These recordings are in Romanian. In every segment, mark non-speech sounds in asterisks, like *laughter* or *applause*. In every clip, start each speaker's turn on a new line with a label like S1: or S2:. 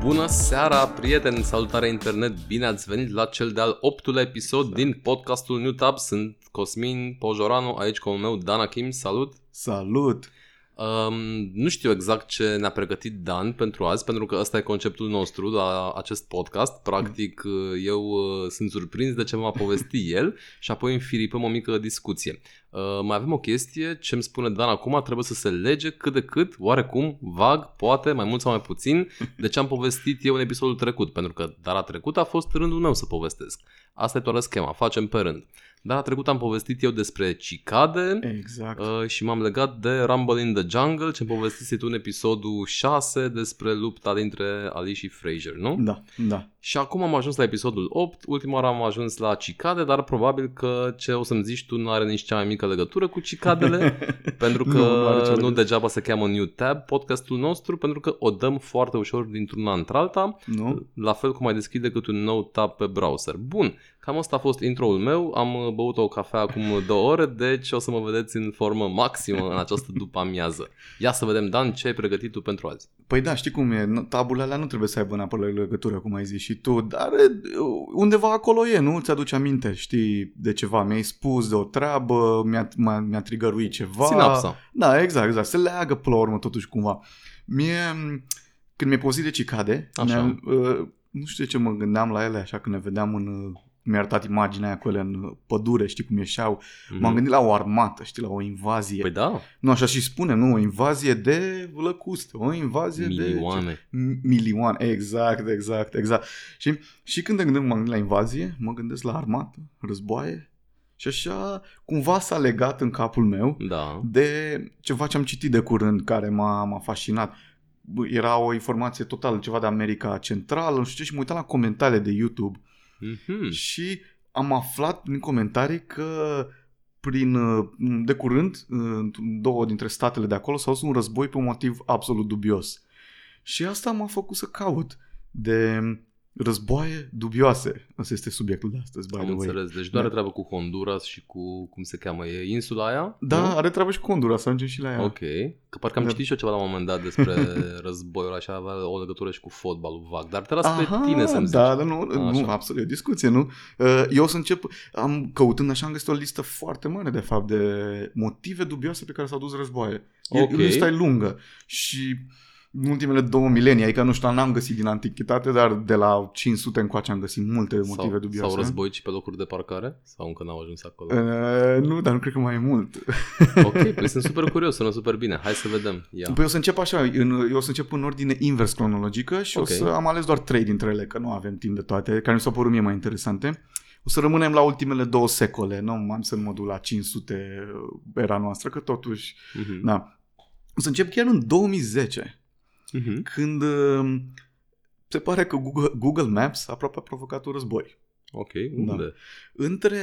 S1: Bună seara, prieteni! Salutare internet! Bine ați venit la cel de-al optulea episod din podcastul New Tab. Sunt Cosmin Pojoranu, aici cu al meu Dan Achim. Salut!
S2: Salut!
S1: Um, nu știu exact ce ne-a pregătit Dan pentru azi, pentru că ăsta e conceptul nostru la acest podcast. Practic, eu uh, sunt surprins de ce m-a povestit el *laughs* și apoi înfiripăm o mică discuție. Uh, mai avem o chestie, ce îmi spune Dan acum, trebuie să se lege cât de cât, oarecum, vag, poate, mai mult sau mai puțin, de ce am povestit eu în episodul trecut, pentru că data trecută a fost rândul meu să povestesc. Asta e toată schema, facem pe rând. Data trecută am povestit eu despre cicade,
S2: Exact.
S1: Uh, și m-am legat de Rumble in the Jungle, ce povestise tu în episodul 6 despre lupta dintre Ali și Fraser, nu?
S2: Da, da.
S1: Și acum am ajuns la episodul 8, ultima oară am ajuns la cicade, dar probabil că ce o să-mi zici tu nu are nici cea mai mică legătură cu
S2: *laughs*
S1: cicadele, pentru că
S2: Nu, nu are
S1: nu,
S2: nicio
S1: nu,
S2: legătură.
S1: degeaba se cheamă New Tab podcastul nostru, pentru că o dăm foarte ușor dintr-una într-alta,
S2: Nu?
S1: la fel cum ai deschide decât un nou tab pe browser. Bun, cam asta a fost intro-ul meu, am uh, băut o cafea acum două ore, deci o să mă vedeți în formă maximă în această după amiază. Ia să vedem, Dan, ce ai pregătit tu pentru azi?
S2: Păi da, știi cum e, n- tabula alea nu trebuie să aibă neapărat legătură, cum ai zis și tu, dar e, undeva acolo e, nu? Îți aduci aminte, știi, de ceva, mi-ai spus de o treabă, mi-a, mi-a, mi-a trigăruit ceva.
S1: Sinapsa.
S2: Da, exact, exact, se leagă până la urmă totuși cumva. Mie, m, când mi-ai povestit de cicade,
S1: Așa.
S2: mi-am, uh, nu știu de ce mă gândeam la ele așa când ne vedeam în... uh, Mi-a arătat imaginea aia cu ele în uh, pădure, știi cum ieșeau. Mm-hmm. M-am gândit la o armată, știi, la o
S1: Mhm.
S2: invazie.
S1: Păi da,
S2: Nu, așa și spunem, nu, o invazie de lăcuste, o invazie de...
S1: milioane.
S2: M- Milioane. exact, exact, exact. Și, și când ne gândim, mă gândesc la invazie, mă gândesc la armată, războaie și așa cumva s-a legat în capul meu
S1: Da,
S2: de ceva ce am citit de curând care m-a, m-a fascinat. Bă, Era o informație totală, ceva de America Centrală, nu știu ce, și mă uitam la comentariile de YouTube
S1: Mhm.
S2: și am aflat prin comentarii că prin, uh, de curând, în două dintre statele de acolo s-a dus un război pe un motiv absolut dubios. Și asta m-a făcut să caut de războaie dubioase. Asta este subiectul de astăzi, by
S1: am
S2: the way.
S1: înțeles. Deci doar are
S2: Da.
S1: treabă cu Honduras și cu, cum se cheamă, e insula aia?
S2: Da,
S1: Nu?
S2: are treabă și cu Honduras, să ajungem și la ea.
S1: Ok, că parcă am
S2: Da.
S1: citit și eu ceva la un moment dat
S2: *laughs*
S1: despre războiul așa, avea o legătură și cu fotbalul vag, dar te las
S2: Aha,
S1: pe tine să-mi zici.
S2: da, da, nu,
S1: Așa.
S2: nu, absolut, e o discuție, nu? Uh, Eu o să încep, am căutând așa, am găsit o listă foarte mare, de fapt, de motive dubioase pe care s-au dus războaie.
S1: Ok.
S2: Okay. Lista e lungă și în ultimele două milenii, adică nu știu, n-am găsit din antichitate, dar de la 500 încoace am găsit multe motive
S1: sau,
S2: dubioase.
S1: Sau războici pe locuri de parcare? Sau încă n-au ajuns acolo?
S2: Uh, nu, dar nu cred că mai e mult.
S1: ok, păi sunt super curios, sună super bine. Hai să vedem. Ia.
S2: Păi eu o să încep așa, în, eu o să încep în ordine invers cronologică și
S1: Ok.
S2: okay. o să am ales doar trei dintre ele, că nu avem timp de toate, care mi s-au părut mie mai interesante. O să rămânem la ultimele două secole, nu am să mă duc la 500 era noastră, că totuși,
S1: Mhm.
S2: da. O să încep chiar în 2010,
S1: Mhm.
S2: când uh, se pare că Google, Google Maps aproape a provocat un război
S1: Ok,
S2: Da.
S1: unde?
S2: între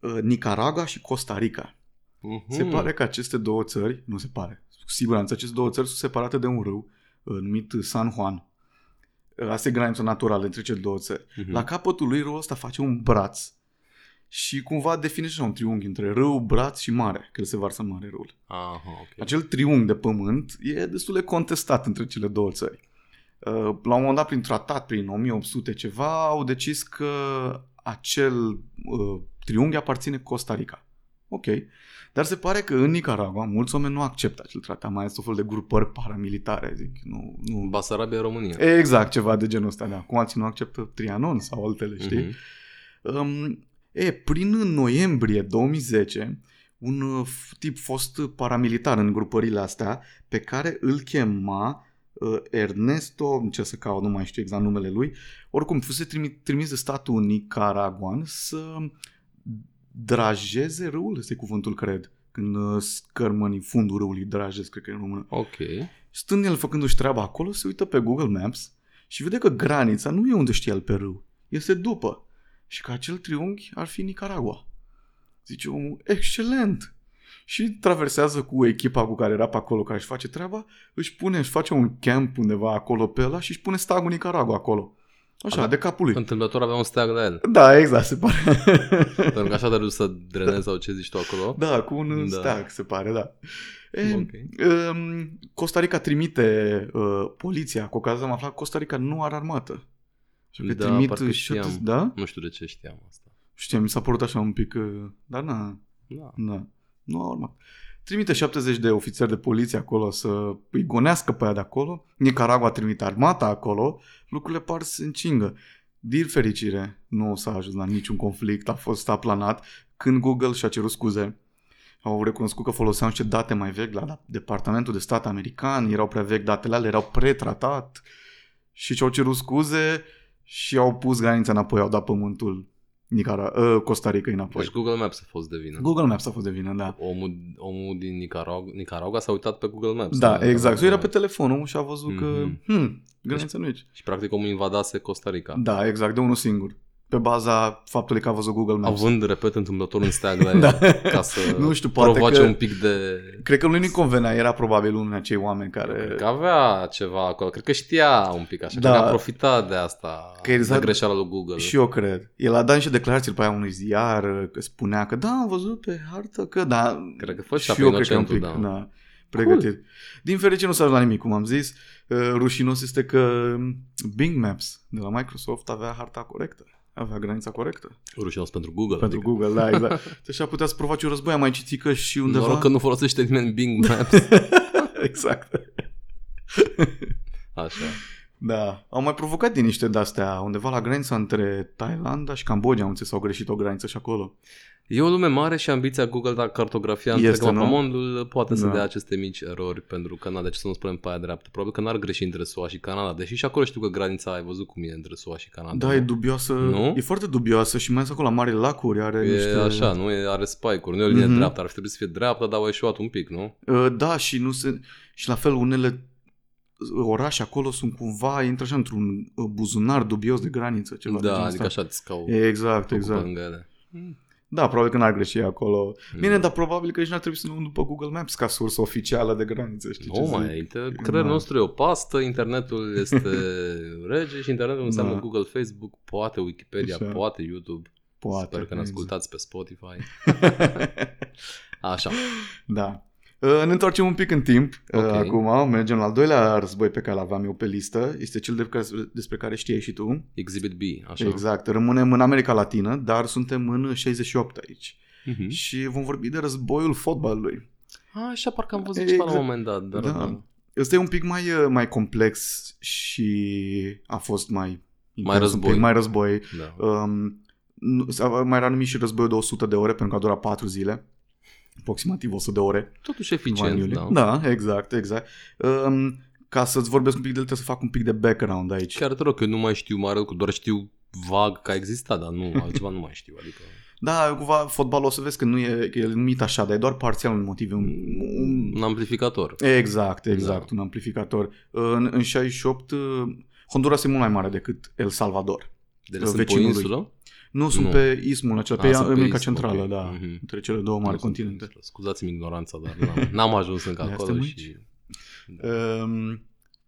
S2: uh, Nicaragua și Costa Rica.
S1: Mhm.
S2: Se pare că aceste două țări, nu se pare, cu siguranță, aceste două țări sunt separate de un râu uh, numit San Juan. Uh, Asta e granița naturală între cele două țări.
S1: Mhm.
S2: La capătul lui râul ăsta face un braț și cumva define și un triunghi între râu, braț și mare, că el se varsă în mare râul.
S1: Aha, ok.
S2: Acel triunghi de pământ e destul de contestat între cele două țări. Uh, La un moment dat, prin tratat, prin 1800 ceva, au decis că acel uh, triunghi aparține Costa Rica. Ok. Dar se pare că în Nicaragua mulți oameni nu acceptă acel tratat, mai ales tot fel de grupări paramilitare, zic. Nu, nu.
S1: Basarabia, România.
S2: Exact, ceva de genul ăsta, da. Cum alții nu acceptă Trianon sau altele, știi?
S1: Mhm.
S2: Um, e, prin noiembrie 2010, un uh, f- tip fost paramilitar în grupările astea, pe care îl chema uh, Ernesto, ce să caut, nu mai știu exact numele lui, oricum fusese trimi- trimis de statul nicaraguan să drajeze râul, ăsta e cuvântul, cred, când uh, scărmănii fundul râului drajez, cred că e în română.
S1: Ok.
S2: Stând el făcându-și treaba acolo, se uită pe Google Maps și vede că granița nu e unde știe el pe râu, este după. Și că acel triunghi ar fi Nicaragua. Zice omul, excelent! Și traversează cu echipa cu care era pe acolo, care își face treaba, își pune, își face un camp undeva acolo pe ăla și își pune stagul Nicaragua acolo. Așa,
S1: Avea-
S2: de capul lui.
S1: Întâmplător avea un steag la
S2: *laughs*
S1: el.
S2: Da, exact, se pare.
S1: Pentru că așa de râs să drenezi sau ce zici tu acolo.
S2: Da, cu un
S1: Da.
S2: da. steag, se pare, da. E,
S1: Ok.
S2: um, Costa Rica trimite uh, poliția, cu ocazia am aflat, Costa Rica nu are armată. Și că
S1: Da,
S2: trimit
S1: parcă
S2: și
S1: știam.
S2: atât- da?
S1: Nu știu de ce știam asta.
S2: Știam, mi s-a părut așa un pic, uh, dar na,
S1: Da.
S2: na, nu au urmat. Trimite 70 de ofițeri de poliție acolo să îi gonească pe aia de acolo. Nicaragua trimite armata acolo. Lucrurile par să se încingă. Din fericire, nu s-a ajuns la niciun conflict, a fost aplanat când Google și-a cerut scuze. Au recunoscut că foloseau niște date mai vechi la Departamentul de Stat american, erau prea vechi datele alea, erau pretratat și și-au cerut scuze și au pus granița înapoi, au dat pământul Nicara, uh, Costa Rica înapoi.
S1: Deci Google Maps a fost de vină.
S2: Google Maps a fost de vină, da.
S1: Omul, omul din Nicaragua, Nicaragua s-a uitat pe Google Maps.
S2: Da, exact. Sau era pe telefon omul și a văzut că,
S1: Mhm.
S2: hmm, granița nu e aici.
S1: Și practic omul invadase Costa Rica.
S2: Da, exact, de unul singur. Pe baza faptului că a văzut Google Maps.
S1: Având, repet, întâmplător un steag
S2: *laughs*
S1: la el.
S2: Da.
S1: Ca să
S2: Nu știu, poate
S1: provoace
S2: că-
S1: un pic de...
S2: Cred că lui nu-i convenea, era probabil unul din acei oameni
S1: Cred
S2: care...
S1: că avea ceva acolo. Cred că știa un pic așa.
S2: Da.
S1: Da. Cred că a profitat de asta.
S2: Că exact-
S1: De greșeala lui Google.
S2: Și eu cred. El a dat niște declarații pe aia unui ziar, că spunea că da, am văzut pe hartă că da.
S1: Cred că făcea
S2: și
S1: pe
S2: eu cred că un pic,
S1: inocentul,
S2: da.
S1: da.
S2: da pregătit. Cool. Din fericire nu s-a ajuns la nimic, cum am zis. Uh, Rușinos este că Bing Maps de la Microsoft avea harta corectă. Avea granița corectă.
S1: Rușinos pentru Google.
S2: Pentru
S1: adică.
S2: Google, da, *laughs* exact. Deci ar putea să provoace un război, am mai citit că și undeva...
S1: Noroc că nu folosește nimeni Bing Maps.
S2: *laughs* exact.
S1: Așa.
S2: Da. Au mai provocat din niște de-astea, undeva la granița între Thailanda și Cambodgia, am înțeles, au greșit o graniță și acolo.
S1: E o lume mare și ambiția Google de a cartografia
S2: Este,
S1: întregul
S2: nu?
S1: mondul poate să
S2: Da.
S1: dea aceste mici erori pentru că n-a de ce să nu spunem pe aia dreaptă. Probabil că n-ar greși între SUA și Canada, deși și acolo știu că granița ai văzut cum e între SUA și Canada.
S2: Da, e
S1: nu?
S2: dubioasă,
S1: Nu?
S2: e foarte dubioasă și mai ales acolo la Mare Lacuri are
S1: E
S2: niște...
S1: așa, nu? E, are spike-uri, nu e o linie
S2: Mhm.
S1: dreaptă, ar fi trebuit să fie dreaptă, dar au ieșuat un pic, nu?
S2: Uh, Da, și nu se... Și la fel unele orașe acolo sunt cumva, intră așa într-un uh, buzunar dubios de graniță, ceva de
S1: da,
S2: genul
S1: adică
S2: ăsta.
S1: așa ți cau
S2: Exact, exact.
S1: lângă ele.
S2: Da, probabil că n-ar greși acolo. Bine,
S1: Da.
S2: dar probabil că nici n-ar trebui să ne luăm după Google Maps ca sursă oficială de graniță, știi
S1: Nu
S2: ce zic?
S1: mai e, creierul
S2: Da.
S1: nostru e o pastă, internetul este *laughs* rege și internetul înseamnă
S2: Da.
S1: Google, Facebook, poate Wikipedia,
S2: Așa.
S1: poate YouTube.
S2: Poate.
S1: Sper că ne
S2: exact.
S1: ascultați pe
S2: *laughs*
S1: Spotify. Așa.
S2: Da. Uh, Ne întoarcem un pic în timp
S1: Ok.
S2: okay. acum, mergem la al doilea război pe care l-aveam eu pe listă, este cel de care, despre care știai și tu.
S1: Exhibit B, așa.
S2: Așa. Exact, rămânem în America Latină, dar suntem în 68 aici
S1: Mhm.
S2: și vom vorbi de războiul fotbalului.
S1: A, Așa, parcă am văzut
S2: Exact.
S1: ceva la un moment dat. Dar,
S2: Da.
S1: da.
S2: Ăsta e un pic mai, uh, mai complex și a fost mai... intens un
S1: război.
S2: Pic, mai război.
S1: da.
S2: Um, nu- s-a- mai era numit și războiul de 100 de ore, pentru că a durat 4 zile, aproximativ 100 de ore.
S1: Totuși
S2: Cândva în
S1: eficient,
S2: iulie.
S1: da.
S2: da, exact, exact. Um, ca să-ți vorbesc un pic de el, trebuie să fac un pic de background aici.
S1: Chiar te rog, că eu nu mai știu mare lucru, doar știu vag că a existat, dar nu, altceva nu mai știu. Adică...
S2: Da, cumva fotbalul o să vezi că nu e, că e numit așa, dar e doar parțial un motiv. e Un, un...
S1: Un amplificator.
S2: Exact, exact,
S1: Mm, Da.
S2: un amplificator. În, în 68, uh, Honduras e mult mai mare decât El Salvador.
S1: Deci sunt pe o
S2: vecinul lui.
S1: insulă?
S2: Nu, sunt
S1: Nu. Ah,
S2: pe ismul acela, pe
S1: sunt pe
S2: America
S1: ismă,
S2: Centrală,
S1: ok.
S2: da,
S1: Mhm.
S2: între cele două
S1: Nu
S2: mari
S1: sunt
S2: continente.
S1: pe insulă. Scuzați-mi ignoranța, dar n-am, n-am ajuns încă
S2: De
S1: acolo
S2: suntem
S1: și... Da.
S2: Um,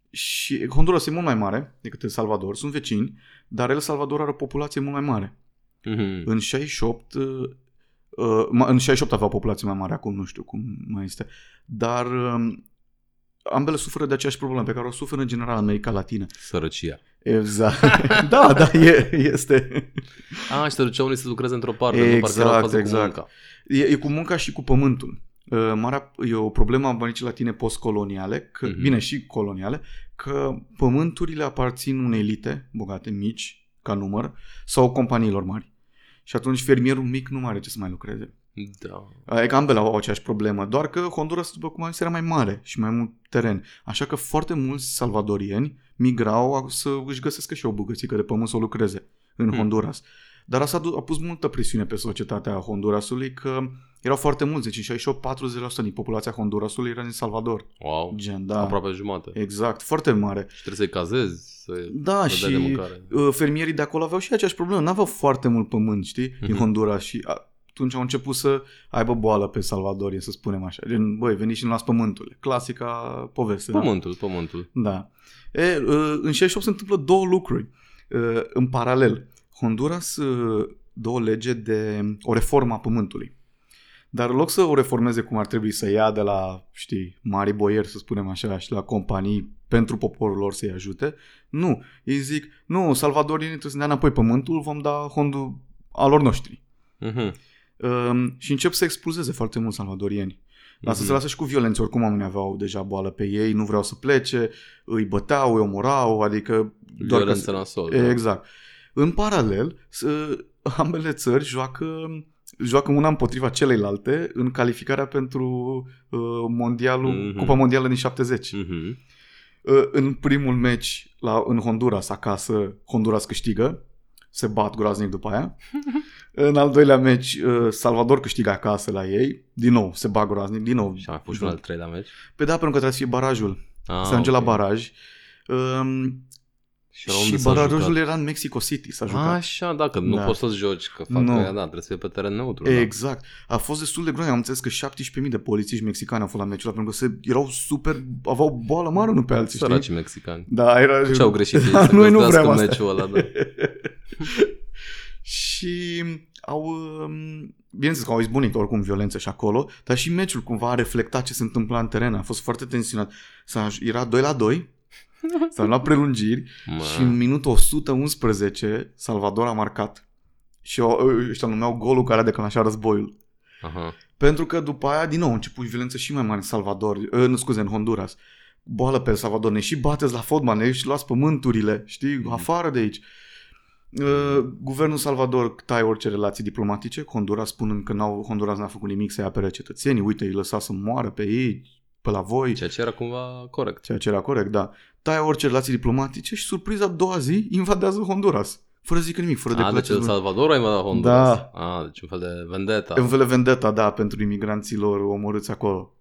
S2: și Honduras e mult mai mare decât El Salvador, sunt vecini, dar El Salvador are o populație mult mai mare.
S1: Mhm.
S2: În 68, uh, uh, ma- în 68 avea populație mai mare, acum nu știu cum mai este, dar um, ambele suferă de aceeași problemă pe care o suferă în general America Latină.
S1: Sărăcia.
S2: Exact. *laughs* da, da, e, este.
S1: A, și sărăcia unii să lucreze într-o parte,
S2: Exact,
S1: nu parcă era o fază
S2: exact.
S1: cu munca.
S2: E, e cu munca și cu pământul. Uh, Marea, e o problemă a Americii Latine postcoloniale, că,
S1: Mhm.
S2: mm-hmm. bine și coloniale, că pământurile aparțin unei elite bogate, mici, ca număr, sau companiilor mari. Și atunci fermierul mic nu mai are ce să mai lucreze.
S1: Da.
S2: Adică ambele au aceeași problemă, doar că Honduras, după cum am zis, era mai mare și mai mult teren. Așa că foarte mulți salvadorieni migrau a- să își găsescă și o bugățică de pământ să o lucreze în
S1: Hmm.
S2: Honduras. Dar asta a du- a pus multă presiune pe societatea Hondurasului că erau foarte mulți, deci în 68, 40% din populația Hondurasului era din Salvador.
S1: Wow.
S2: Gen, da.
S1: Oh, Aproape jumate.
S2: Exact, foarte mare.
S1: Și trebuie să-i cazezi, să
S2: Da,
S1: să dea de
S2: și
S1: mâncare.
S2: uh, fermierii de acolo aveau și aceeași problemă. N-aveau foarte mult pământ, știi, din
S1: Mhm.
S2: Honduras și atunci au început să aibă boală pe salvadorie, să spunem așa. Gen, băi, veniți și ne luați pământul. Clasica poveste.
S1: Pământul, pământul.
S2: Da. da. E, uh, în 68 se întâmplă două lucruri. Uh, În paralel, Honduras uh, dă o lege de o reformă a pământului. Dar în loc să o reformeze cum ar trebui să ia de la, știi, mari boieri, să spunem așa, și la companii pentru poporul lor să-i ajute, nu. Ei zic, nu, salvadorienii trebuie să ne dea înapoi pământul, vom da hondul alor noștri.
S1: Mhm.
S2: Um, și încep să expulzeze foarte mult salvadorieni. Dar
S1: Mhm.
S2: să se lasă și cu violențe, oricum oamenii aveau deja boală pe ei, nu vreau să plece, îi băteau, îi omorau, adică... doar ca
S1: Violență
S2: să-
S1: la sol. da.
S2: Exact. În paralel, să- *laughs* ambele țări joacă, joacă una împotriva celeilalte în calificarea pentru uh, mondialul,
S1: Mhm.
S2: Cupa Mondială din 70.
S1: Mhm.
S2: Uh, În primul meci la, în Honduras, acasă, Honduras câștigă. Se bat groaznic
S1: *laughs*
S2: după aia. în al doilea meci, uh, Salvador câștigă acasă la ei. Din nou, se bat groaznic, din nou.
S1: Și am mai fost și un al treilea meci.
S2: Pe da, pentru că trebuie să fie barajul.
S1: Ah,
S2: Ah, Exact. se ajunge
S1: ok.
S2: la baraj. Um,
S1: Și, la
S2: și
S1: unde s-a
S2: barajul
S1: jucat?
S2: era în Mexico City, s-a jucat.
S1: Așa, da, că nu
S2: Da.
S1: poți să-ți joci, că fac
S2: Nu.
S1: aia, da, trebuie să fie pe teren neutru.
S2: Exact. A fost destul de groaznic. Am înțeles că 17.000 de polițiști mexicani au fost la meciul ăla pentru că se, erau super, aveau boală mare unul pe
S1: da.
S2: alții, știi?
S1: Săracii mexicani.
S2: Da, era...
S1: Ce au
S2: *laughs*
S1: greșit ei
S2: Da,
S1: să
S2: noi nu
S1: găzdească
S2: vrem asta.
S1: meciul ăla,
S2: *laughs*
S1: da.
S2: și au... um, Bineînțeles că au izbunit oricum violență și acolo, dar și meciul cumva a reflectat ce se întâmpla în teren. A fost foarte tensionat. S-a, aj- era 2 la 2, s-au luat prelungiri
S1: Mă.
S2: și în minutul 111 Salvador a marcat. Și au- ăștia numeau golul care a declanșat războiul.
S1: Aha.
S2: Pentru că după aia, din nou, a început violență și mai mare în Salvador, în, scuze, în Honduras. Boală pe El Salvador, ne și bateți la fotbal, ne și luați pământurile, știi,
S1: Mhm.
S2: afară de aici. Uh, Guvernul Salvador taie orice relații diplomatice cu Honduras, spunând că n-au, Honduras n-a făcut nimic să-i apere cetățenii, uite, îi lăsa să moară pe ei, pe la voi,
S1: Ceea ce era cumva corect.
S2: ceea ce era corect, da. Taie orice relații diplomatice și, surpriza, a doua zi, invadează Honduras. Fără să zică nimic, fără
S1: A, deci
S2: declarație.
S1: în Salvador ai mai Honduras. Da. A, deci un fel de vendetta.
S2: În vele vendeta, da, pentru imigranților omorâți acolo.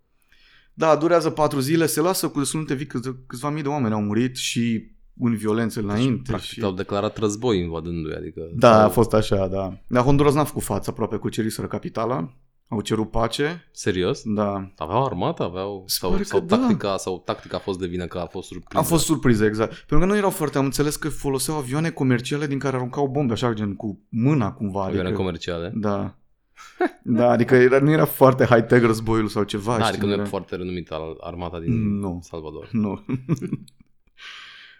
S2: Da, durează patru zile, se lasă cu destul de câți, câțiva mii de oameni au murit și în violențe înainte.
S1: Deci, Practic
S2: și...
S1: au declarat război invadându-i, adică...
S2: Da,
S1: sau
S2: a fost așa, da. Dar Honduras n-a făcut față aproape, cuceriseră capitala, au cerut pace,
S1: Serios?
S2: da.
S1: Aveau armată? Aveau...
S2: Se
S1: Sau,
S2: pare
S1: sau,
S2: că da.
S1: tactica, sau tactica a fost de vină că a fost surprinsă.
S2: A fost surpriză, exact. Pentru că nu erau foarte, am înțeles că foloseau avioane comerciale din care aruncau bombe, așa gen cu mâna cumva.
S1: Avioane
S2: Adică,
S1: comerciale.
S2: da. Da, adică era, nu era foarte high-tech războiul sau ceva.
S1: Da,
S2: știi,
S1: adică nu e
S2: era- Mm.
S1: foarte renumită al- armata din
S2: Nu.
S1: Salvador.
S2: Nu.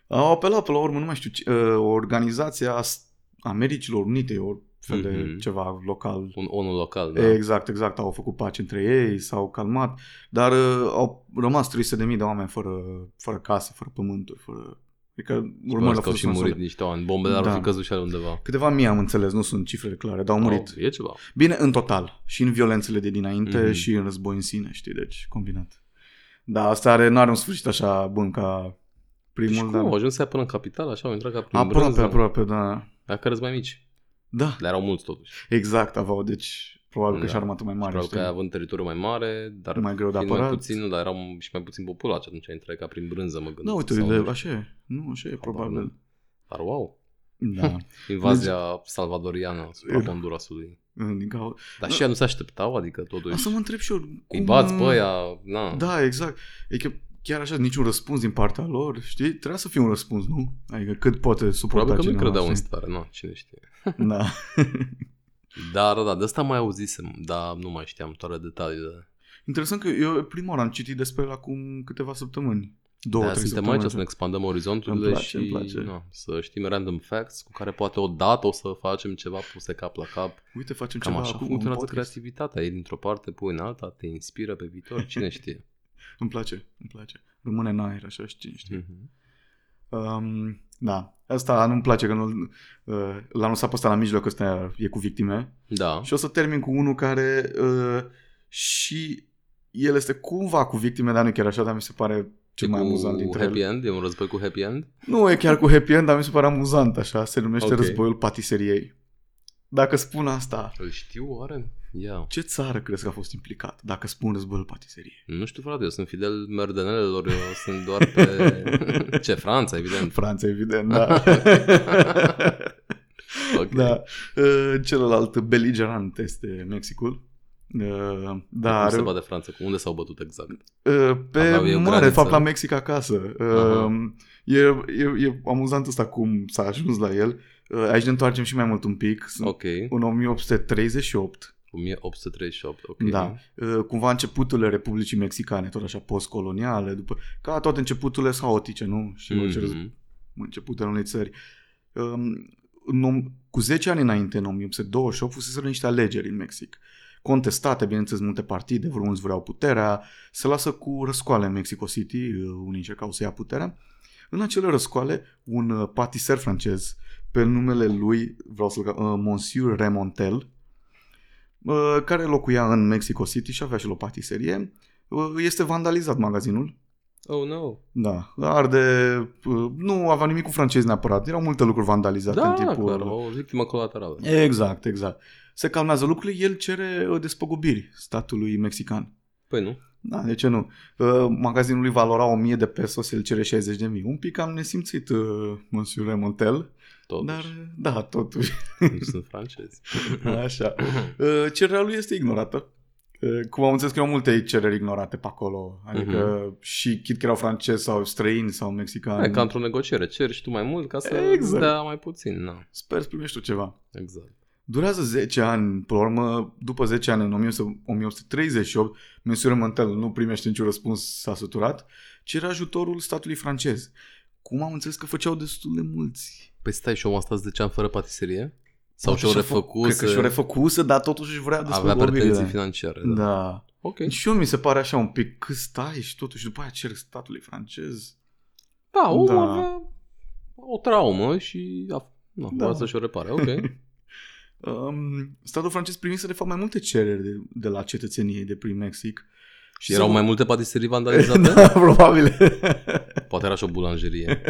S2: Au apelat, până la urmă, nu mai știu, ce- uh, o organizație a S- Americilor Unite, o fel de
S1: Mhm.
S2: ceva local.
S1: Un ONU local, da.
S2: Da. Exact, exact, au făcut pace între ei, s-au calmat, dar uh, au rămas 300.000 de oameni fără, fără case, fără pământuri, fără... Adică urmările
S1: Urmă
S2: au
S1: că au
S2: fost
S1: și
S2: nasole.
S1: murit niște oameni. Bombele ar
S2: Da.
S1: fi căzut și ele undeva.
S2: Câteva mii am înțeles, nu sunt cifrele clare, dar au murit.
S1: Au, e ceva.
S2: Bine, în total. Și în violențele de dinainte
S1: Mhm.
S2: mm-hmm. și în război în sine, știi, deci combinat. Da, asta are, nu are un sfârșit așa bun ca primul,
S1: Și cum
S2: dar...
S1: au ajuns să ia până în capital, așa, au intrat ca prin
S2: Aproape,
S1: brânză.
S2: aproape, da.
S1: Dacă răți mai mici.
S2: Da,
S1: Dar erau mulți totuși.
S2: exact, aveau, deci probabil că
S1: Da.
S2: și armată mai mare,
S1: Probabil că
S2: știi?
S1: ai având teritoriu mai mare, dar
S2: mai greu de
S1: fiind mai
S2: apărat.
S1: puțin, dar erau și mai puțin populați, atunci ai intrat ca prin brânză, mă gândesc.
S2: Da, uite,
S1: sau
S2: de,
S1: nu știu.
S2: așa e, nu, așa e, probabil.
S1: Dar wow,
S2: Da.
S1: invazia
S2: Deci-
S1: salvadoriană asupra
S2: Era-
S1: Hondurasului.
S2: Din cau-
S1: Dar și ea nu se așteptau, adică
S2: A,
S1: totuși.
S2: să mă întreb și eu, Da. cum...
S1: Îi bați pe aia, na.
S2: Da, exact. E că chiar așa, niciun răspuns din partea lor, știi? Trebuia să fie un răspuns, nu? Adică cât poate suporta
S1: Probabil că nu
S2: cineva,
S1: credeau în
S2: știi?
S1: stare, na, cine știe.
S2: Da.
S1: Dar, da, de asta mai auzisem, dar nu mai știam toate detaliile.
S2: Interesant că eu prima oară am citit despre el acum câteva săptămâni. Două,
S1: Da,
S2: trei
S1: suntem
S2: săptămâni.
S1: aici să ne expandăm orizonturile
S2: Îmi place,
S1: și
S2: îmi place.
S1: na, să știm random facts cu care poate odată o să facem ceva puse cap la cap.
S2: Uite, facem
S1: Cam
S2: ceva
S1: așa
S2: acum un
S1: funcționează
S2: podcast.
S1: creativitatea. Ei dintr-o parte, pui în alta, te inspiră pe viitor, cine
S2: *laughs*
S1: știe.
S2: Îmi place, îmi place. Rămâne în aer, așa, și cine știe. Um, da, asta nu-mi place că nu, uh, l-am lăsat pe ăsta la mijloc, ăsta e cu victime.
S1: Da.
S2: Și o să termin cu unul care uh, și el este cumva cu victime, dar nu e chiar așa, dar mi se pare cel
S1: E
S2: mai
S1: cu
S2: amuzant dintre
S1: happy
S2: ele.
S1: end? E un război cu happy end?
S2: Nu e chiar cu happy end, dar mi se pare amuzant așa, se numește
S1: Ok.
S2: okay. războiul patiseriei. Dacă spun asta,
S1: Îl știu oare? Ia.
S2: ce țară crezi că a fost implicat dacă spun războiul patiseriei?
S1: Nu știu, frate, eu sunt fidel merdenelelor, eu sunt doar
S2: *laughs*
S1: pe... Ce, Franța, evident.
S2: *laughs* Franța, evident, *laughs* da.
S1: Ok.
S2: Da. Uh, Celălalt beligerant este Mexicul. Uh,
S1: Dar... Cum
S2: Dar
S1: se bate Franța? Unde s-au bătut exact?
S2: uh,
S1: Aveau ei
S2: pe
S1: o
S2: mare,
S1: graniță.
S2: de fapt, la Mexic acasă.
S1: Aha.
S2: Uh, e, e, e amuzant asta cum s-a ajuns la el. Uh, Aici ne întoarcem și mai mult un pic. Sunt
S1: Ok.
S2: în 1838,
S1: 1838. Ok.
S2: da, uh, cumva începuturile Republicii Mexicane, tot așa postcoloniale, după, ca toate începuturile sunt haotice, nu? Și orice război
S1: Mm-hmm.
S2: începutul unei țări. Um, în, om- cu 10 ani înainte, în 1828, fuseseră niște alegeri în Mexic. Contestate, bineînțeles, multe partide, vreunți vreau puterea, se lasă cu răscoale în Mexico City, uh, unii încercau să ia puterea. În acele răscoale, un uh, patiser francez, pe numele lui, vreau să-l ca- uh, Monsieur Remontel, uh, care locuia în Mexico City și avea și el o patiserie, uh, este vandalizat magazinul
S1: Oh, no.
S2: da, arde, uh, nu avea nimic cu francezi neapărat, erau multe lucruri vandalizate
S1: Da,
S2: în timpul...
S1: clar, o victimă colaterală.
S2: Exact, exact. Se calmează lucrurile, el cere uh, despăgubiri statului mexican.
S1: Păi nu.
S2: Da, de ce nu? Uh, Magazinul lui valora 1000 de pesos, el cere 60 de mii. Un pic am nesimțit, uh, monsieur Montel,
S1: Totuși.
S2: dar uh, da,
S1: *laughs*
S2: totuși,
S1: Nu sunt francezi.
S2: *laughs* așa. Uh, Cererea lui este ignorată. Uh, Cum am înțeles că erau multe cereri ignorate pe acolo, adică și chit că erau francezi sau străini sau mexicani.
S1: Mhm. E ca într-o negociere. Ceri și tu mai mult ca să
S2: Exact.
S1: dea mai puțin. Na,
S2: Sper să primești tu ceva.
S1: exact.
S2: Durează 10 ani, pe la urmă, după 10 ani, în 1800 1838, Monsieur Mantel nu primește niciun răspuns, s-a săturat, cere ajutorul statului francez. Cum am înțeles că făceau destul de mulți.
S1: Păi stai și omul asta 10 ani fără patiserie? Sau
S2: Poate
S1: și-o
S2: și-a Da, fă-
S1: refăcut? uh,
S2: Cred că și-o refăcuse, dar totuși își vrea
S1: Avea pretenții
S2: despăgubirile.
S1: financiare. Da. da.
S2: Da.
S1: Ok.
S2: Și eu mi se pare așa un pic, cât stai și totuși după aia cer statului francez.
S1: Da, omul
S2: Da.
S1: avea o traumă și a... Na,
S2: Da.
S1: da. să și-o repare.
S2: *laughs*
S1: Ok.
S2: Um, statul francez primise de fapt mai multe cereri de, de la cetățeniei de prin Mexic.
S1: Și erau
S2: se- *laughs*
S1: mai multe patiserii vandalizate?
S2: Da, probabil.
S1: Poate era și o
S2: *laughs*
S1: bulanjerie.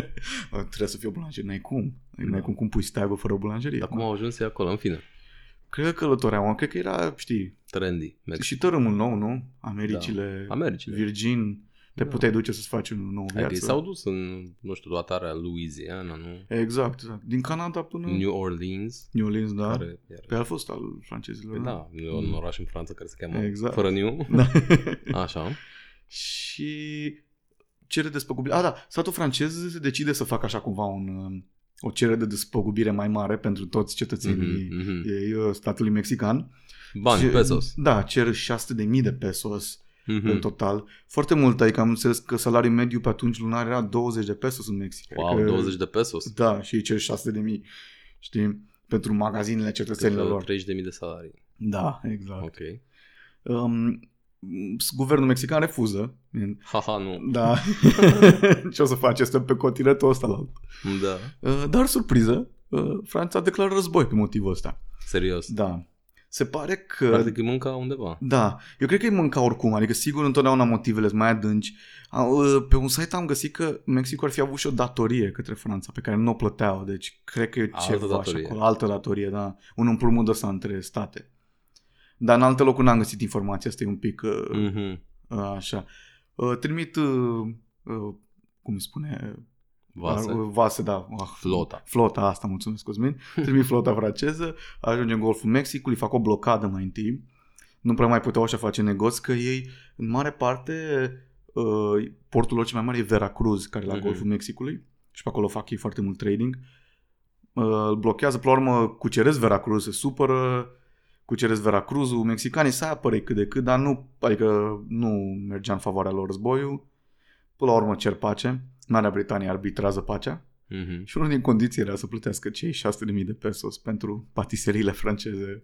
S2: Bă, Trebuie să fie o bulanjerie, n-ai cum. N-ai
S1: Da.
S2: cum cum pui steagă fără o bulanjerie.
S1: Dar cum au ajuns ei acolo? În fine.
S2: Cred că călătoream, cred că era, știi,
S1: Trendy. Merg.
S2: și tărâmul nou, nu? Americile,
S1: Americile.
S2: Virgin, te
S1: Da.
S2: puteai duce să-ți faci un nou
S1: Adică
S2: viață.
S1: ei s-au dus în, nu știu, toată area Louisiana, nu?
S2: Exact, exact. Din Canada până New,
S1: New Orleans.
S2: New Orleans, da. Care...
S1: Care iar...
S2: Pe a fost al francezilor.
S1: Da, e un oraș în Franța care se cheamă
S2: Exact.
S1: fără New.
S2: da.
S1: *laughs* Așa.
S2: și cere despăgubire. A, da, statul francez decide să facă așa cumva un, um, o cerere de despăgubire mai mare pentru toți cetățenii
S1: Mhm, mhm.
S2: ei, uh, statului mexican.
S1: Bani,
S2: Ce-
S1: pesos.
S2: Da, cer 600.000 de pesos
S1: Mhm.
S2: mm. în total. Foarte mult, adică am înțeles că salariul mediu pe atunci lunar era 20 de pesos în Mexic.
S1: Wow,
S2: adică,
S1: 20 de pesos.
S2: Da, și ei cer 600.000, știi, pentru magazinele cetățenilor lor.
S1: 30.000 de salarii.
S2: Da, exact.
S1: Exact. Ok.
S2: Um, s- guvernul mexican refuză.
S1: Haha, nu. *laughs*
S2: Da. Ce o să faci? Este pe continentul ăsta. La...
S1: Da.
S2: Uh, Dar, surpriză, uh, Franța declară război pe motivul ăsta.
S1: Serios.
S2: Da. Se pare că...
S1: Practic îi mânca undeva.
S2: Da, eu cred că îi mânca oricum, adică sigur întotdeauna motivele sunt mai adânci. A, ă, Pe un site am găsit că Mexicul ar fi avut și o datorie către Franța pe care nu o plăteau, deci cred că e
S1: Altă
S2: ceva așa
S1: datorie.
S2: acolo, altă datorie, da, un împrumut ăsta între state. Dar în alte locuri n-am găsit informația, asta e un pic mm.
S1: Mhm.
S2: așa. Ă, Trimit, ă, ă, cum îi spune,
S1: Vase.
S2: Ar- Vase, da. Ah,
S1: Flota.
S2: Flota asta, mulțumesc, Cosmin. Trimit flota franceză, ajunge în Golful Mexicului, fac o blocadă mai întâi. Nu prea mai puteau așa face negoț, că ei, în mare parte, uh, portul lor cel mai mare e Veracruz, care e la
S1: Mhm.
S2: Golful Mexicului. Și pe acolo fac ei foarte mult trading. Uh, Îl blochează, pe la urmă, cuceresc Veracruz, se supără, cuceresc Veracruzul, mexicanii se apără cât de cât, dar nu, adică nu mergea în favoarea lor războiul. Până la urmă cer pace. Marea Britanie arbitrează pacea
S1: Mhm.
S2: și una din condiții era să plătească cei 6.000 de pesos pentru patiseriile franceze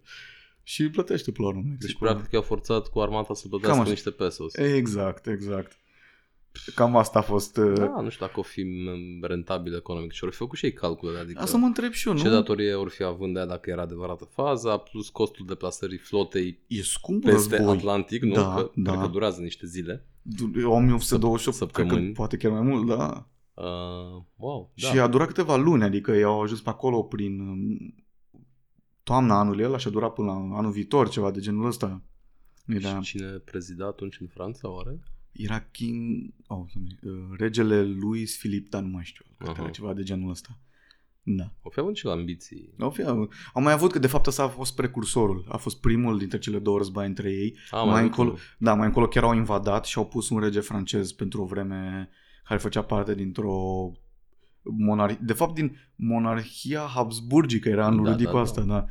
S2: și îi plătește până la urmă
S1: Deci
S2: Mexicul.
S1: practic i-au forțat cu armata să
S2: Cam
S1: plătească
S2: așa.
S1: niște pesos.
S2: Exact, exact. Cam asta a fost... uh,
S1: Da, nu știu dacă o fi m- rentabil economic și ori fi făcut și ei calculele, adică
S2: Asta mă întreb și eu, nu?
S1: ce datorie ori fi având de aia dacă era adevărată faza, plus costul deplasării flotei
S2: E scump un
S1: peste
S2: război.
S1: Atlantic, nu?
S2: Da,
S1: că,
S2: da.
S1: Cred că durează niște zile.
S2: Du- 1828, cred că
S1: Săptămâni.
S2: poate chiar mai mult, da.
S1: Uh, wow, da.
S2: Da. Și a durat câteva luni, adică ei au ajuns pe acolo prin um, toamna anului ăla și a durat până la anul viitor, ceva de genul ăsta. Era,
S1: Și cine prezida atunci în Franța, oare?
S2: era King, oh, doamne, uh, regele Louis Filip, dar nu mai știu, cred că
S1: Aha.
S2: era ceva de genul ăsta. Da.
S1: O fi avut și la ambiții.
S2: Au, fi, au au mai avut că de fapt ăsta a fost precursorul, a fost primul dintre cele două război între ei.
S1: A,
S2: Mai
S1: avut
S2: încolo.
S1: unul.
S2: Da, mai încolo chiar au invadat și au pus un rege francez pentru o vreme care făcea parte dintr-o monarhie, de fapt din monarhia Habsburgică era
S1: Da,
S2: în da,
S1: da,
S2: cu
S1: da.
S2: asta, da. da.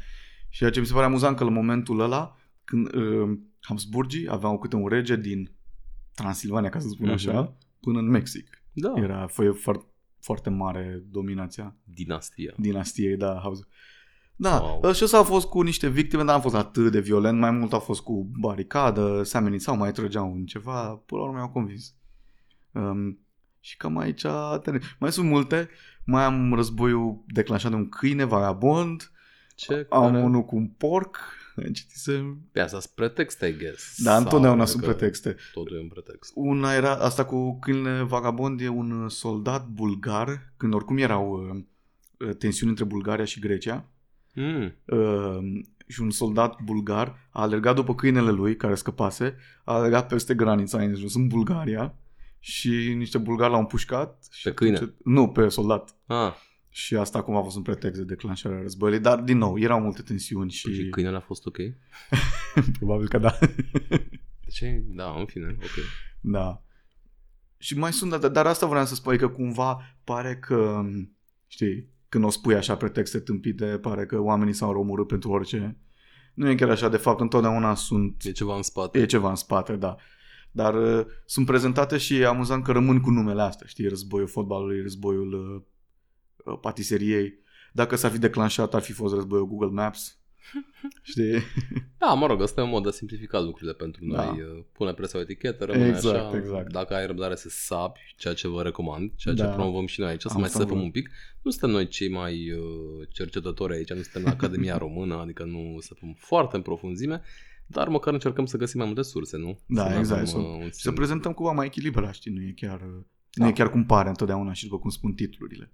S2: Și ceea ce mi se pare amuzant că la momentul ăla, când uh, Habsburgii aveau câte un rege din Transilvania, ca să spun
S1: Mhm.
S2: așa, până în Mexic.
S1: Da, Era.
S2: Era foi foarte, foarte mare dominația
S1: dinastia.
S2: dinastiei, da, Habsburg. Da,
S1: Wow.
S2: wow. și ăsta a fost cu niște victime, dar n-a fost atât de violent, mai mult a fost cu baricadă, se amenințau, mai trăgeau în ceva, până la urmă i-au convins. Um, și cam aici, tene- mai sunt multe, mai am războiul declanșat de un câine vagabond,
S1: Ce?
S2: am
S1: care-
S2: unul cu un porc, citisem,
S1: Pe asta sunt pretexte, I guess.
S2: da,
S1: Sau
S2: întotdeauna sunt
S1: că
S2: pretexte.
S1: Totul e un pretext.
S2: Una era, asta cu câinele vagabond e un soldat bulgar, când oricum erau uh, tensiuni între Bulgaria și Grecia,
S1: Mm.
S2: uh, și un soldat bulgar a alergat după câinele lui care scăpase, a alergat peste granița, a ajuns în Bulgaria și niște bulgari l-au împușcat. Și
S1: Pe câine?
S2: atunci- Nu, pe soldat.
S1: Ah,
S2: Și asta acum a fost un pretext de declanșare a războiului, dar din nou, erau multe tensiuni
S1: și... și
S2: și
S1: câinele a fost ok? De
S2: probabil că da. *laughs*
S1: ce? Da, în fine, ok.
S2: da. Și mai sunt, dar, dar asta vreau să spun, că cumva pare că, știi, când o spui așa pretexte tâmpite, pare că oamenii s-au omorât pentru orice. Nu e chiar așa, de fapt, întotdeauna sunt
S1: E ceva în spate.
S2: E ceva în spate, da. Dar uh, sunt prezentate și e amuzant că rămân cu numele astea, știi, războiul fotbalului, războiul uh, uh, patiseriei. Dacă s-ar fi declanșat, ar fi fost războiul Google Maps. Știi?
S1: Da, mă rog, asta e un mod de a simplifica lucrurile pentru
S2: Da.
S1: noi. Uh, Pune pe o etichetă, rămâne
S2: Exact,
S1: așa.
S2: exact.
S1: Dacă ai răbdare să sapi, ceea ce vă recomand, ceea ce
S2: Da.
S1: promovăm și noi aici, să
S2: Am
S1: mai
S2: să
S1: săpăm
S2: vă-
S1: un pic. Nu suntem noi cei mai uh, cercetători aici, nu suntem la
S2: *laughs*
S1: Academia Română, adică nu săpăm foarte în profunzime, dar măcar încercăm să găsim mai multe surse, nu?
S2: Da,
S1: să ne
S2: exact,
S1: avem,
S2: sunt-
S1: uh, un
S2: Și să
S1: simț.
S2: prezentăm cumva mai echilibrat, știi, nu e chiar, uh,
S1: Da.
S2: nu e chiar cum pare întotdeauna și după cum spun titlurile.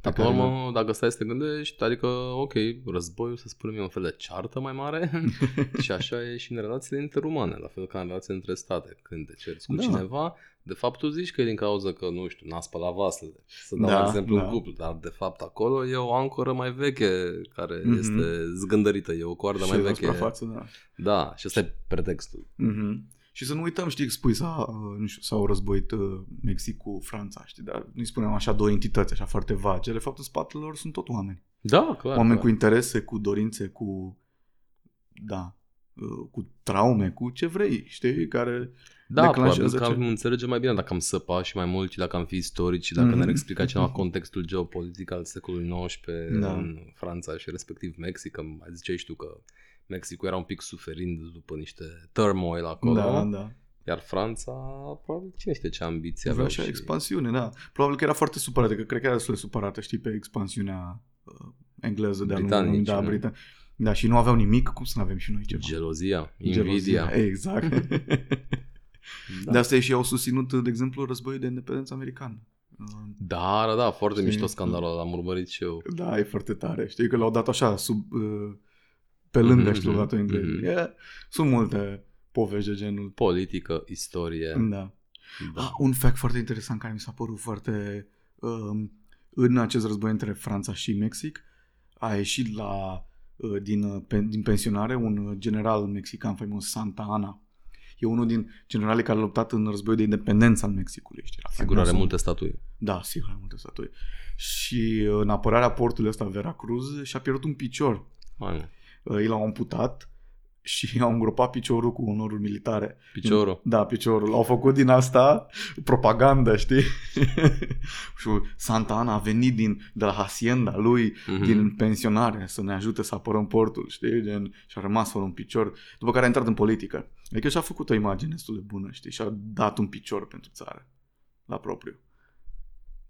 S1: Dar
S2: Pe
S1: până la
S2: care-
S1: urmă, dacă stai să te gândești, adică, ok, războiul, să spunem, e un fel de ceartă mai *laughs* mare și așa e și în relațiile interumane, la fel ca în relațiile între state. Când te cerți cu da.
S2: Da.
S1: cineva, de fapt tu zici că e din cauza că, nu știu, n-a spălat vasele, să dau da,
S2: Da,
S1: exemplu da.
S2: da.
S1: un cuplu, dar de fapt acolo e o ancoră mai veche care
S2: Mhm.
S1: mm-hmm. este zgândărită, e o coardă
S2: Și
S1: mai
S2: la
S1: veche.
S2: suprafață, da.
S1: Da, și ăsta e pretextul.
S2: Mhm. Și să nu uităm, știi, că spui s-a, uh, nu știu, s-au războit uh, Mexic cu Franța, știi, dar nu-i spunem așa două entități așa foarte vage. De fapt, în spatele lor sunt tot oameni.
S1: Da, clar.
S2: oameni
S1: clar.
S2: cu interese, cu dorințe, cu da, uh, cu traume, cu ce vrei, știi, care
S1: Da, probabil
S2: declanșează
S1: că
S2: ce-
S1: am înțelege mai bine dacă am săpa și mai mult și dacă am fi istorici și dacă mm-hmm.
S2: Mhm.
S1: ne-ar explica cineva contextul geopolitic al secolului XIX da.
S2: Da.
S1: în Franța și respectiv Mexic. Că mai ziceai și tu că Mexicul era un pic suferind după niște turmoil acolo,
S2: da,
S1: da.
S2: da.
S1: iar Franța, probabil cine știe ce ambiție
S2: Avea
S1: aveau
S2: și
S1: și...
S2: expansiune, da. Probabil că era foarte supărată, că cred că era destul de supărată, știi, pe expansiunea uh, engleză de-a lungul,
S1: Britanici,
S2: da,
S1: nu?
S2: Britan. Da, și nu aveau nimic, cum să nu avem și noi ceva?
S1: Gelozia,
S2: Gelozia,
S1: invidia. *laughs*
S2: Exact.
S1: Da.
S2: De asta și au susținut, de exemplu, războiul de independență american. Uh,
S1: Da, da, da, foarte
S2: Știi?
S1: mișto scandalul ăla, l-am urmărit și eu.
S2: Da, e foarte tare. Știi că l-au dat așa, sub, uh, pe lângă
S1: Mhm,
S2: mm-hmm. și l-au dat în engleză.
S1: mhm.
S2: Mm-hmm. E, sunt multe povești de genul.
S1: Politică, istorie.
S2: Da.
S1: Da.
S2: Ah, un fact foarte interesant care mi s-a părut foarte... Um, în acest război între Franța și Mexic a ieșit la, uh, din, uh, pe, din pensionare un general mexican faimos Santa Ana. E unul din generalii care a luptat în războiul de independență al Mexicului. Știi, era
S1: Sigur are
S2: faimos.
S1: multe statui.
S2: Da, sigur, are multe statui. Și uh, în apărarea portului ăsta, Veracruz, și-a pierdut un picior.
S1: Hai, mă.
S2: Uh, Ei l-au amputat și *laughs* i-au îngropat piciorul cu onoruri militare.
S1: Piciorul.
S2: Da, piciorul. Au făcut din asta propagandă, știi? *laughs* și Santa Ana a venit din, de la hacienda lui,
S1: Mhm.
S2: din pensionare, să ne ajute să apărăm portul, știi? Gen, și a rămas fără un picior, după care a intrat în politică. Adică și-a făcut o imagine destul de bună, știi? Și-a dat un picior pentru țară, la propriu.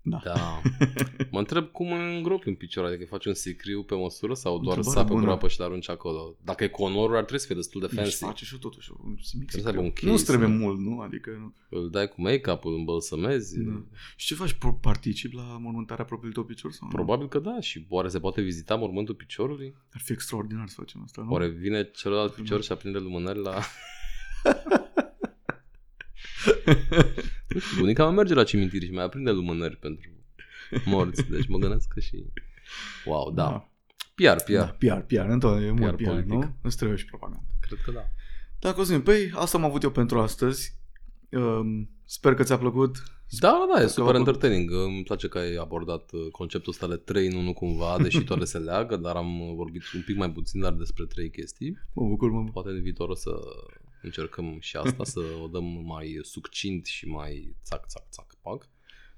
S1: Da.
S2: *laughs*
S1: Mă întreb cum îngropi un picior, adică faci un sicriu pe măsură sau doar
S2: Întrebare
S1: sapă
S2: bună.
S1: groapă și le arunci acolo? Dacă e cu onorul, ar trebui să fie destul de
S2: Deci
S1: fancy.
S2: face și totuși un mic
S1: să aibă un
S2: secret.
S1: case,
S2: Nu trebuie
S1: nu?
S2: mult, nu? Adică nu.
S1: Îl dai cu make-up, îl îmbălsămezi?
S2: Da. Și ce faci? Pro- Participi la mormântarea propriului tău picior? Sau nu?
S1: Probabil că da și oare se poate vizita mormântul piciorului?
S2: Ar fi extraordinar să facem asta, nu?
S1: Oare vine celălalt picior și aprinde lumânări la...
S2: *laughs*
S1: nu știu, bunica mea merge la cimitiri și mai aprinde lumânări pentru morți, deci mă gândesc că și Wow, da. da. PR, PR. Da,
S2: PR, PR, întotdeauna e mult PR,
S1: PR politic.
S2: nu? Îți trebuie și propagandă.
S1: Cred că da.
S2: Da, Cosmin, păi asta am avut eu pentru astăzi. Um, Sper că ți-a plăcut.
S1: Da, da, da, e
S2: că
S1: super
S2: am-
S1: entertaining. Îmi place că ai abordat uh, conceptul ăsta de 3 în 1
S2: *laughs*
S1: cumva, deși toate se leagă, dar am uh, vorbit un pic mai puțin dar despre trei chestii.
S2: Mă bucur, mă bucur.
S1: Poate în viitor o să încercăm și
S2: *laughs*
S1: asta, să o dăm mai succint și mai țac, țac, țac, pac.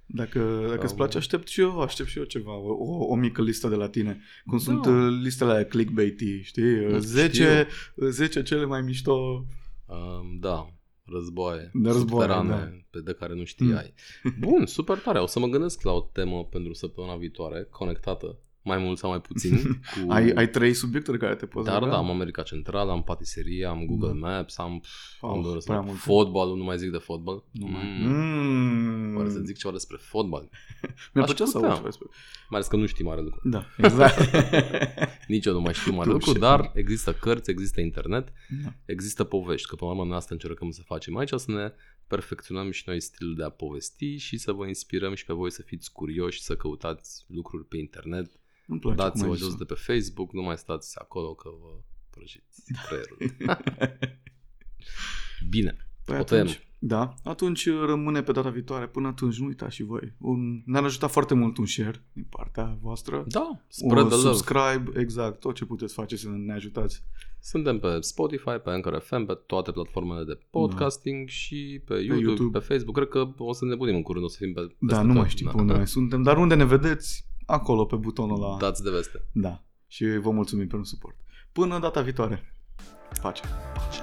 S2: Dacă, dacă îți
S1: Am-
S2: place, aștept și eu, aștept și eu ceva, o, o mică listă de la tine. Cum
S1: Da.
S2: sunt uh, listele alea clickbait știi?
S1: Nu
S2: 10, 10 cele mai mișto.
S1: Um, da, războaie,
S2: De războaie, da. Mm.
S1: subterane, pe de care nu știai.
S2: *laughs*
S1: Bun, super tare. O să mă gândesc la o temă pentru săptămâna viitoare, conectată, mai mult sau mai
S2: *laughs*
S1: puțin. Cu...
S2: Ai, ai trei subiecte de care te poți
S1: Dar
S2: lega?
S1: da, am America Centrală, am patiserie, am Google
S2: Da.
S1: Maps, am,
S2: Oh,
S1: am doar
S2: prea
S1: să...
S2: mult.
S1: fotbalul, nu mai zic de fotbal.
S2: Nu mai.
S1: Mm.
S2: Mm.
S1: Oare să zic ceva despre fotbal.
S2: Mi-a
S1: Aș
S2: plăcut
S1: putea.
S2: să aud
S1: *laughs*
S2: ceva despre-
S1: Mai ales că nu știi mare lucru.
S2: Da, *laughs* exact.
S1: Nici eu nu mai
S2: *laughs*
S1: știu mare
S2: Tu
S1: lucru,
S2: și-
S1: dar există cărți, există internet,
S2: da.
S1: există povești. Că până la urmă noi asta încercăm să facem aici, să ne perfecționăm și noi stilul de a povesti și să vă inspirăm și pe voi să fiți curioși, să căutați lucruri pe internet,
S2: Nu-mi place cum
S1: dați-vă
S2: ai zis.
S1: jos de pe Facebook, nu mai stați acolo că vă prăjiți
S2: *laughs*
S1: creierul. Bine.
S2: Păi
S1: O
S2: atunci, da, atunci rămâne pe data viitoare. Până atunci nu uitați și voi. Un, ne-ar ajuta foarte mult un share din partea voastră.
S1: Da, spread
S2: Un
S1: the love.
S2: subscribe, exact, tot ce puteți face să ne ajutați.
S1: Suntem pe Spotify, pe Anchor FM, pe toate platformele de podcasting și pe YouTube,
S2: Da. YouTube.
S1: pe Facebook. Cred că o să ne bunim în curând, o să fim pe peste
S2: Da, nu
S1: tot.
S2: mai știu pe unde
S1: *laughs*
S2: mai suntem, dar unde ne vedeți, acolo pe butonul ăla.
S1: Dați de veste.
S2: da. Și vă mulțumim pentru suport. Până data viitoare. Pace.
S1: Ciao.